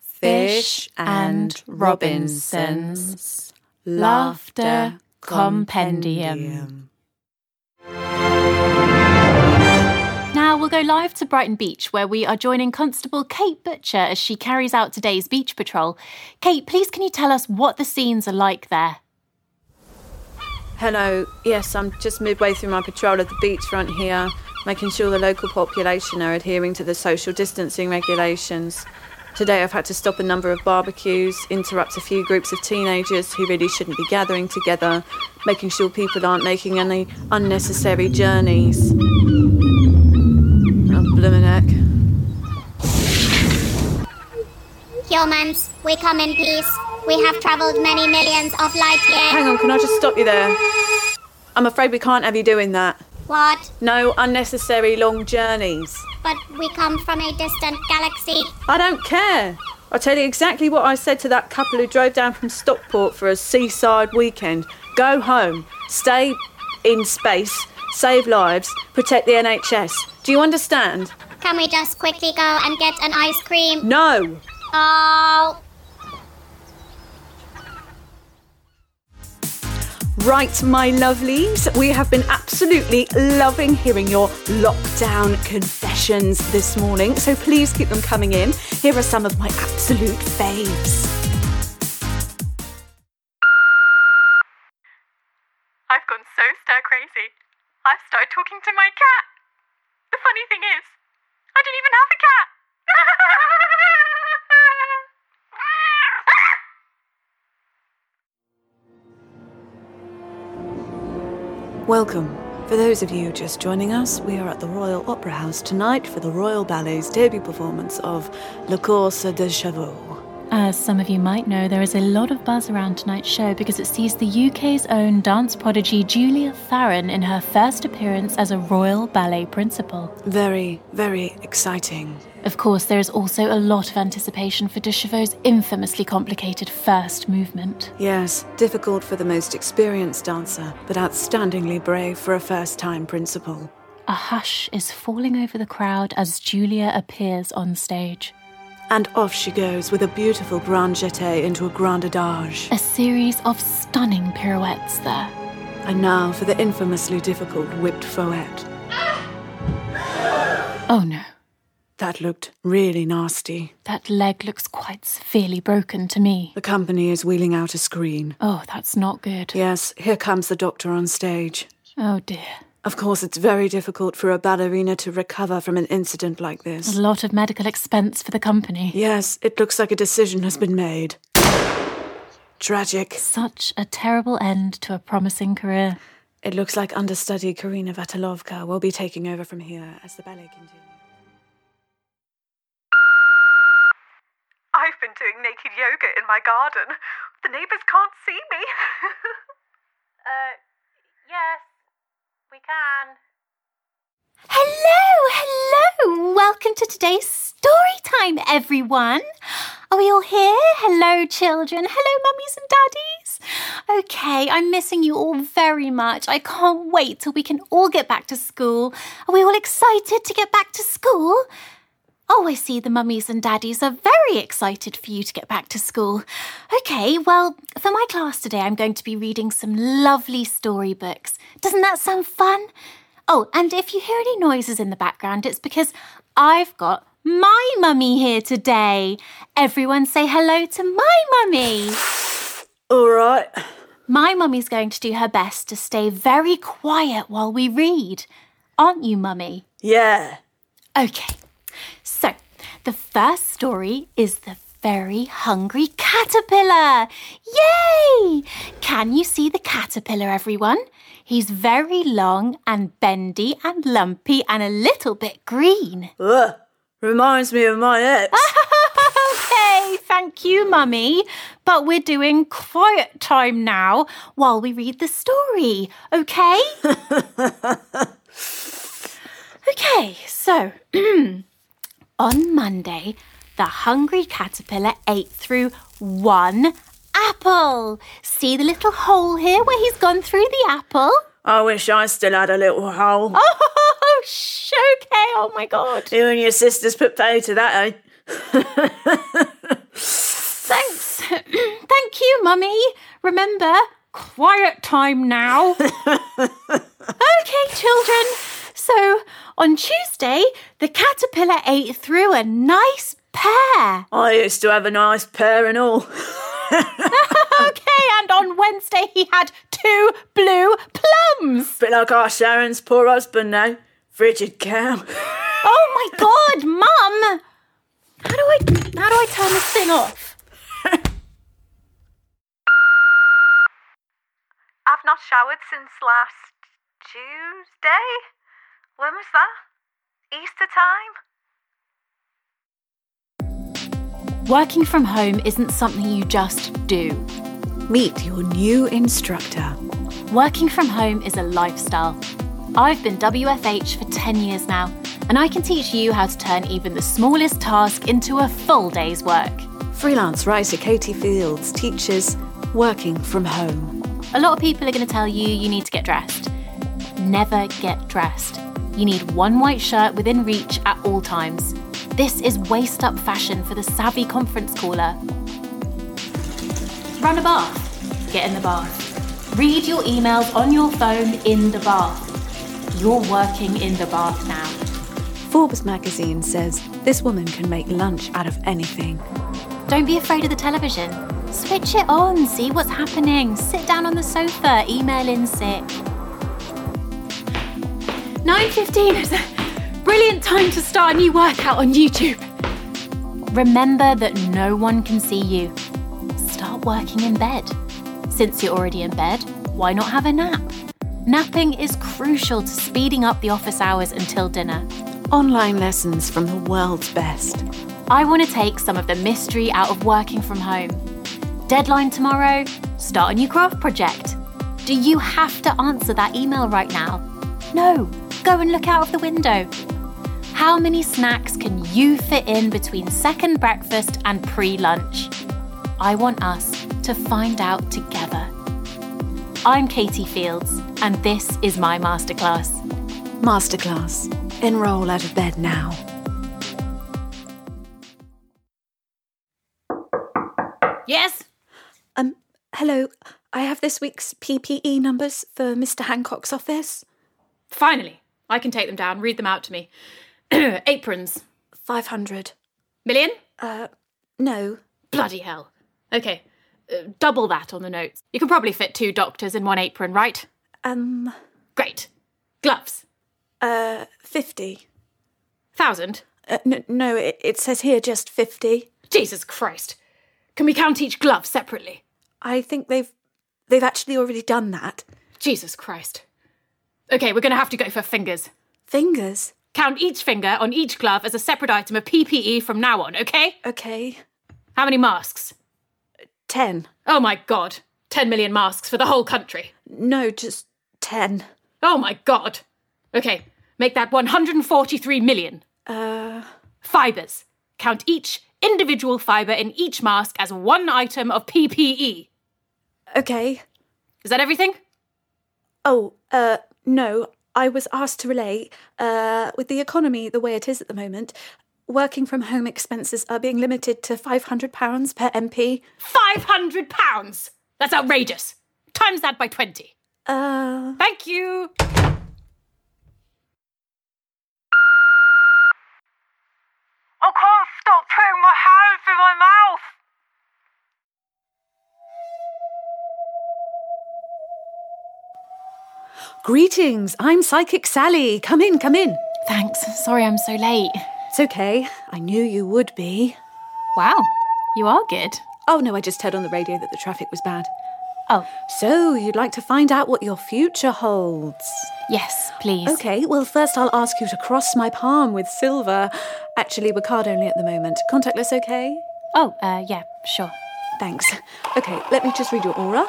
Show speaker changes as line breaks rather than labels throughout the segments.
Fish and Robinson's
Laughter Compendium. Now we'll go live to Brighton Beach where we are joining Constable Kate Butcher as she carries out today's beach patrol. Kate, please can you tell us what the scenes are like there?
Hello, yes, I'm just midway through my patrol of the beachfront here, making sure the local population are adhering to the social distancing regulations. Today I've had to stop a number of barbecues, interrupt a few groups of teenagers who really shouldn't be gathering together, making sure people aren't making any unnecessary journeys. Oh, bloomin' heck.
Humans, we come in peace. We have traveled many millions of light years.
Hang on, can I just stop you there? I'm afraid we can't have you doing that.
What?
No unnecessary long journeys.
But we come from a distant galaxy.
I don't care. I'll tell you exactly what I said to that couple who drove down from Stockport for a seaside weekend. Go home, stay in space, save lives, protect the NHS. Do you understand?
Can we just quickly go and get an ice cream?
No.
Oh,
Right, my lovelies, we have been absolutely loving hearing your lockdown confessions this morning, so please keep them coming in. Here are some of my absolute faves.
I've gone so stir crazy. I've started talking to my cat. The funny thing is, I don't even have a cat.
Welcome. For those of you just joining us, we are at the Royal Opera House tonight for the Royal Ballet's debut performance of La Course de Chevaux.
As some of you might know, there is a lot of buzz around tonight's show because it sees the UK's own dance prodigy Julia Farron in her first appearance as a Royal Ballet Principal.
Very, very exciting.
Of course, there is also a lot of anticipation for Ducheveau's infamously complicated first movement.
Yes, difficult for the most experienced dancer, but outstandingly brave for a first time principal.
A hush is falling over the crowd as Julia appears on stage.
And off she goes with a beautiful grand jeté into a grand adage.
A series of stunning pirouettes there.
And now for the infamously difficult whipped fouette.
Oh no,
That looked really nasty.
that leg looks quite severely broken to me.
The company is wheeling out a screen.
Oh, that's not good.
Yes, here comes the doctor on stage.
Oh dear.
Of course, it's very difficult for a ballerina to recover from an incident like
A
this.
lot of medical expense for the company.
Yes, it looks like a decision has been made. Tragic.
Such a terrible end to a promising career.
It looks like understudy Karina Vatalovka will be taking over from here as the ballet continues.
I've been doing naked yoga in my garden. The neighbours can't see me. uh, yes, we can.
Hello, hello. Welcome to today's story time, everyone. Are we all here? Hello, children. Hello, mummies and daddies. Okay, I'm missing you all very much. I can't wait till we can all get back to school. Are we all excited to get back to school? Oh, I see the mummies and daddies are very excited for you to get back to school. Okay, well, for my class today, I'm going to be reading some lovely storybooks. Doesn't that sound fun? Oh, and if you hear any noises in the background, it's because I've got my mummy here today. Everyone say hello to my mummy.
All right.
My mummy's going to do her best to stay very quiet while we read. Aren't you, mummy?
Yeah.
Okay, so the first story is the very hungry caterpillar. Yay! Can you see the caterpillar, everyone? He's very long and bendy and lumpy and a little bit green.
Ugh. Reminds me of my ex.
okay, thank you, Mummy. But we're doing quiet time now while we read the story, okay? okay, so on Monday, the hungry caterpillar ate through one apple. See the little hole here where he's gone through the apple?
I wish I still had a little hole.
Oh, sh- okay, oh my god.
You and your sisters put pay to that, eh?
Mummy, remember, quiet time now. okay, children. So on Tuesday, the caterpillar ate through a nice pear.
I used to have a nice pair and all.
okay, and on Wednesday, he had two blue plums.
Bit like our Sharon's poor husband now. Frigid cow.
Oh my God, Mum! How do I how do I turn this thing off?
I've not showered since last Tuesday. When was that? Easter time?
Working from home isn't something you just do.
Meet your new instructor.
Working from home is a lifestyle. I've been WFH for 10 years now, and I can teach you how to turn even the smallest task into a full day's work.
Freelance writer Katie Fields teaches working from home.
A lot of people are going to tell you you need to get dressed. Never get dressed. You need one white shirt within reach at all times. This is waist up fashion for the savvy conference caller. Run a bath. Get in the bath. Read your emails on your phone in the bath. You're working in the bath now.
Forbes magazine says this woman can make lunch out of anything.
Don't be afraid of the television. Switch it on, see what's happening. Sit down on the sofa, email in sick. 9:15 is a brilliant time to start a new workout on YouTube. Remember that no one can see you. Start working in bed. Since you're already in bed, why not have a nap? Napping is crucial to speeding up the office hours until dinner.
Online lessons from the world's best.
I want to take some of the mystery out of working from home. Deadline tomorrow, start a new craft project. Do you have to answer that email right now? No, go and look out of the window. How many snacks can you fit in between second breakfast and pre lunch? I want us to find out together. I'm Katie Fields, and this is my masterclass.
Masterclass. Enroll out of bed now.
Yes.
Um, hello. I have this week's PPE numbers for Mr. Hancock's office.
Finally, I can take them down. Read them out to me. Aprons.
500.
Million?
Uh, no.
Bloody hell. Okay. uh, double that on the notes. You can probably fit two doctors in one apron, right?
Um,
Great. Gloves.
uh, 50.
Thousand.
Uh, n- no, it, it says here just 50.
Jesus Christ. Can we count each glove separately?
I think they've they've actually already done that.
Jesus Christ. Okay, we're going to have to go for fingers.
Fingers.
Count each finger on each glove as a separate item of PPE from now on, okay?
Okay.
How many masks?
10.
Oh my god. 10 million masks for the whole country.
No, just 10.
Oh my god. Okay, make that 143 million.
Uh,
Fibres. Count each individual fibre in each mask as one item of PPE.
okay.
Is that everything?
Oh, uh, no. I was asked to relay, uh, with the economy the way it is at the moment, working from home expenses are being limited to £500 per MP.
500 pounds! That's outrageous. Times that by 20.
Uh,
Thank you.
I can't Oh, stop putting my hand through my mouth.
greetings. I'm Psychic Sally. Come in, come in.
Thanks. Sorry I'm so late.
It's okay. I knew you would be.
Wow, you are good.
Oh, no, I just heard on the radio that the traffic was bad.
Oh,
So, you'd like to find out what your future holds?
yes, please.
Okay, well, first I'll ask you to cross my palm with silver. Actually, we're card only at the moment. Contactless, okay?
Oh, uh, yeah, sure.
Thanks. Okay, let me just read your aura.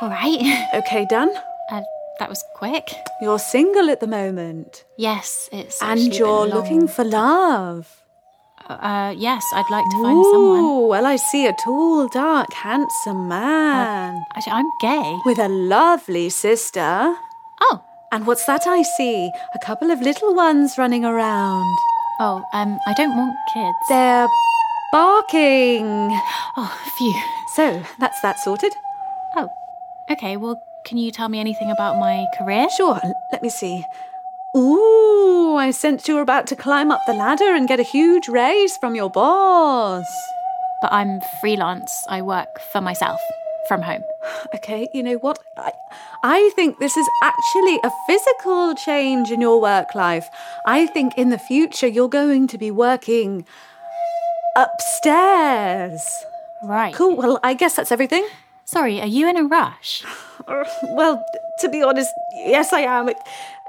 All right.
Okay, done.
Uh, that was quick.
You're single at the moment,
Yes, it's.
and you're looking for love.
Uh, yes, I'd like to find someone.
Ooh, well, I see a tall, dark, handsome man
Actually, I'm gay.
with a lovely sister.
Oh,
And what's that I see? A couple of little ones running around.
oh, um, I don't want kids.
They're Barking!
Oh, phew.
So, that's that sorted.
Oh, okay. Well, can you tell me anything about my career?
Sure, l- let me see. Ooh, I sensed you were about to climb up the ladder and get a huge raise from your boss.
But I'm freelance. I work for myself from home.
Okay, you know what? I, I think this is actually a physical change in your work life. I think in the future you're going to be working upstairs.
Right.
Cool, well, I guess that's everything.
Sorry, are you in a rush?
Well, to be honest, yes, I am. It-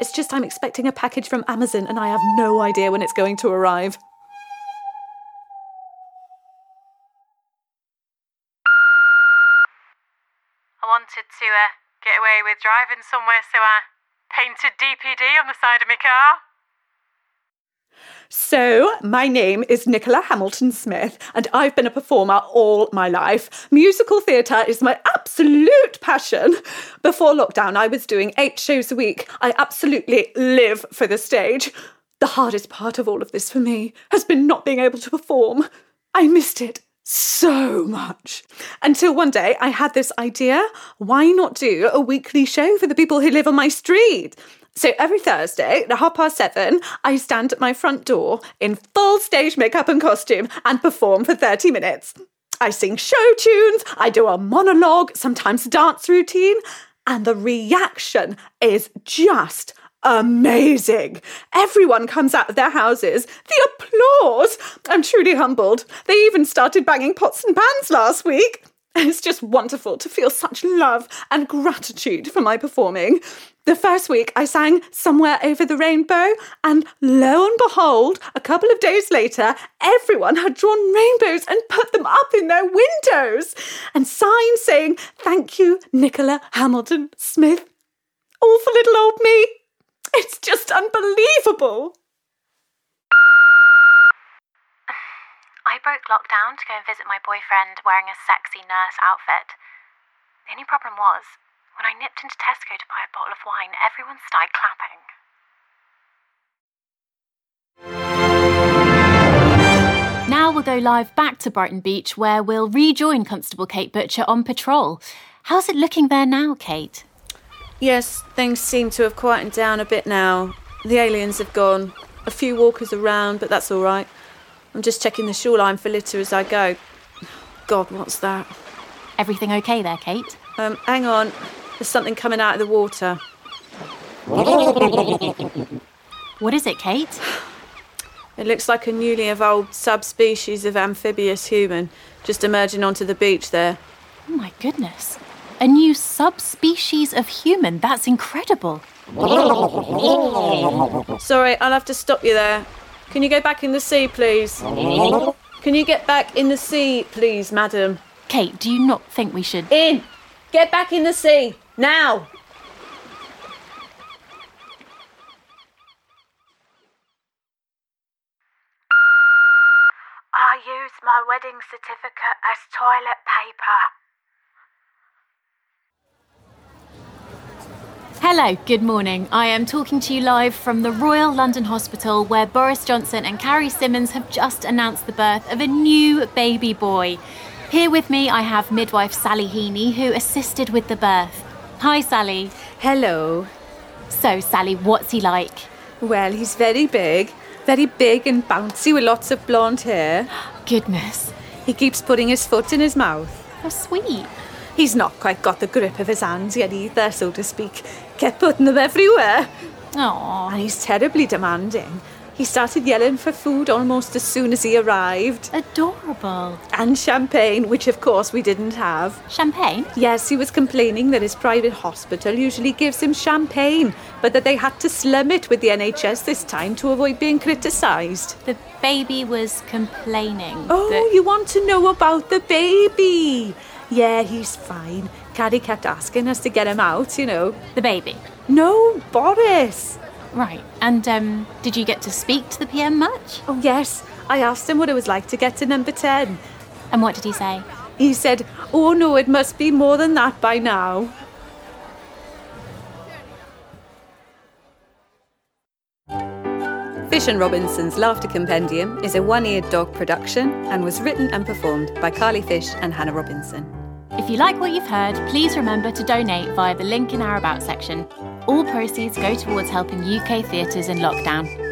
It's just I'm expecting a package from Amazon and I have no idea when it's going to arrive.
I wanted to uh, get away with driving somewhere, so I painted DPD on the side of my car.
So, my name is Nicola Hamilton Smith, and I've been a performer all my life. Musical theatre is my absolute passion. Before lockdown, I was doing eight shows a week. I absolutely live for the stage. The hardest part of all of this for me has been not being able to perform. I missed it so much. Until one day I had this idea why not do a weekly show for the people who live on my street? So every Thursday at half past seven, I stand at my front door in full stage makeup and costume and perform for 30 minutes. I sing show tunes, I do a monologue, sometimes a dance routine, and the reaction is just amazing. Everyone comes out of their houses. The applause! I'm truly humbled. They even started banging pots and pans last week. It's just wonderful to feel such love and gratitude for my performing. The first week I sang Somewhere Over the Rainbow, and lo and behold, a couple of days later, everyone had drawn rainbows and put them up in their windows and signs saying, Thank you, Nicola Hamilton Smith all for little old me. It's just unbelievable.
I broke lockdown to go and visit my boyfriend wearing a sexy nurse outfit. The only problem was, when I nipped into Tesco to buy a bottle of wine, everyone started clapping.
Now we'll go live back to Brighton Beach where we'll rejoin Constable Kate Butcher on patrol. How's it looking there now, Kate?
Yes, things seem to have quietened down a bit now. The aliens have gone. A few walkers around, but that's all right. I'm just checking the shoreline for litter as I go. God, what's that?
Everything okay there, Kate?
Um, hang on. There's something coming out of the water.
What is it, Kate?
It looks like a newly evolved subspecies of amphibious human just emerging onto the beach there.
Oh my goodness. A new subspecies of human. That's incredible.
Sorry, I'll have to stop you there. Can you go back in the sea, please? Can you get back in the sea, please, madam?
Kate, do you not think we should?
In! Get back in the sea! Now!
I used my wedding certificate as toilet paper.
Hello, good morning. I am talking to you live from the Royal London Hospital where Boris Johnson and Carrie Simmons have just announced the birth of a new baby boy. Here with me, I have midwife Sally Heaney, who assisted with the birth. Hi, Sally.
Hello.
So, Sally, what's he like?
Well, he's very big, very big and bouncy with lots of blonde hair.
Goodness,
He keeps putting his foot in his mouth.
how sweet.
He's not quite got the grip of his hands yet either, so to speak. Kept putting them everywhere. Oh,
Aww.
And he's terribly demanding. He started yelling for food almost as soon as he arrived,
Adorable.
and champagne, which of course we didn't have.
Champagne?
Yes, he was complaining that his private hospital usually gives him champagne, but that they had to slum it with the NHS this time to avoid being criticised.
The baby was complaining.
Oh,
that-
you want to know about the baby? Yeah, he's fine. Caddy kept asking us to get him out, you know.
the baby.
No, Boris.
Right. And um, did you get to speak to the PM much?
Oh, yes. I asked him what it was like to get to number 10.
And what did he say?
He said, Oh no, it must be more than that by now.
Fish and Robinson's Laughter Compendium is a one eared dog production and was written and performed by Carly Fish and Hannah Robinson.
If you like what you've heard, please remember to donate via the link in our About section. All proceeds go towards helping UK theatres in lockdown.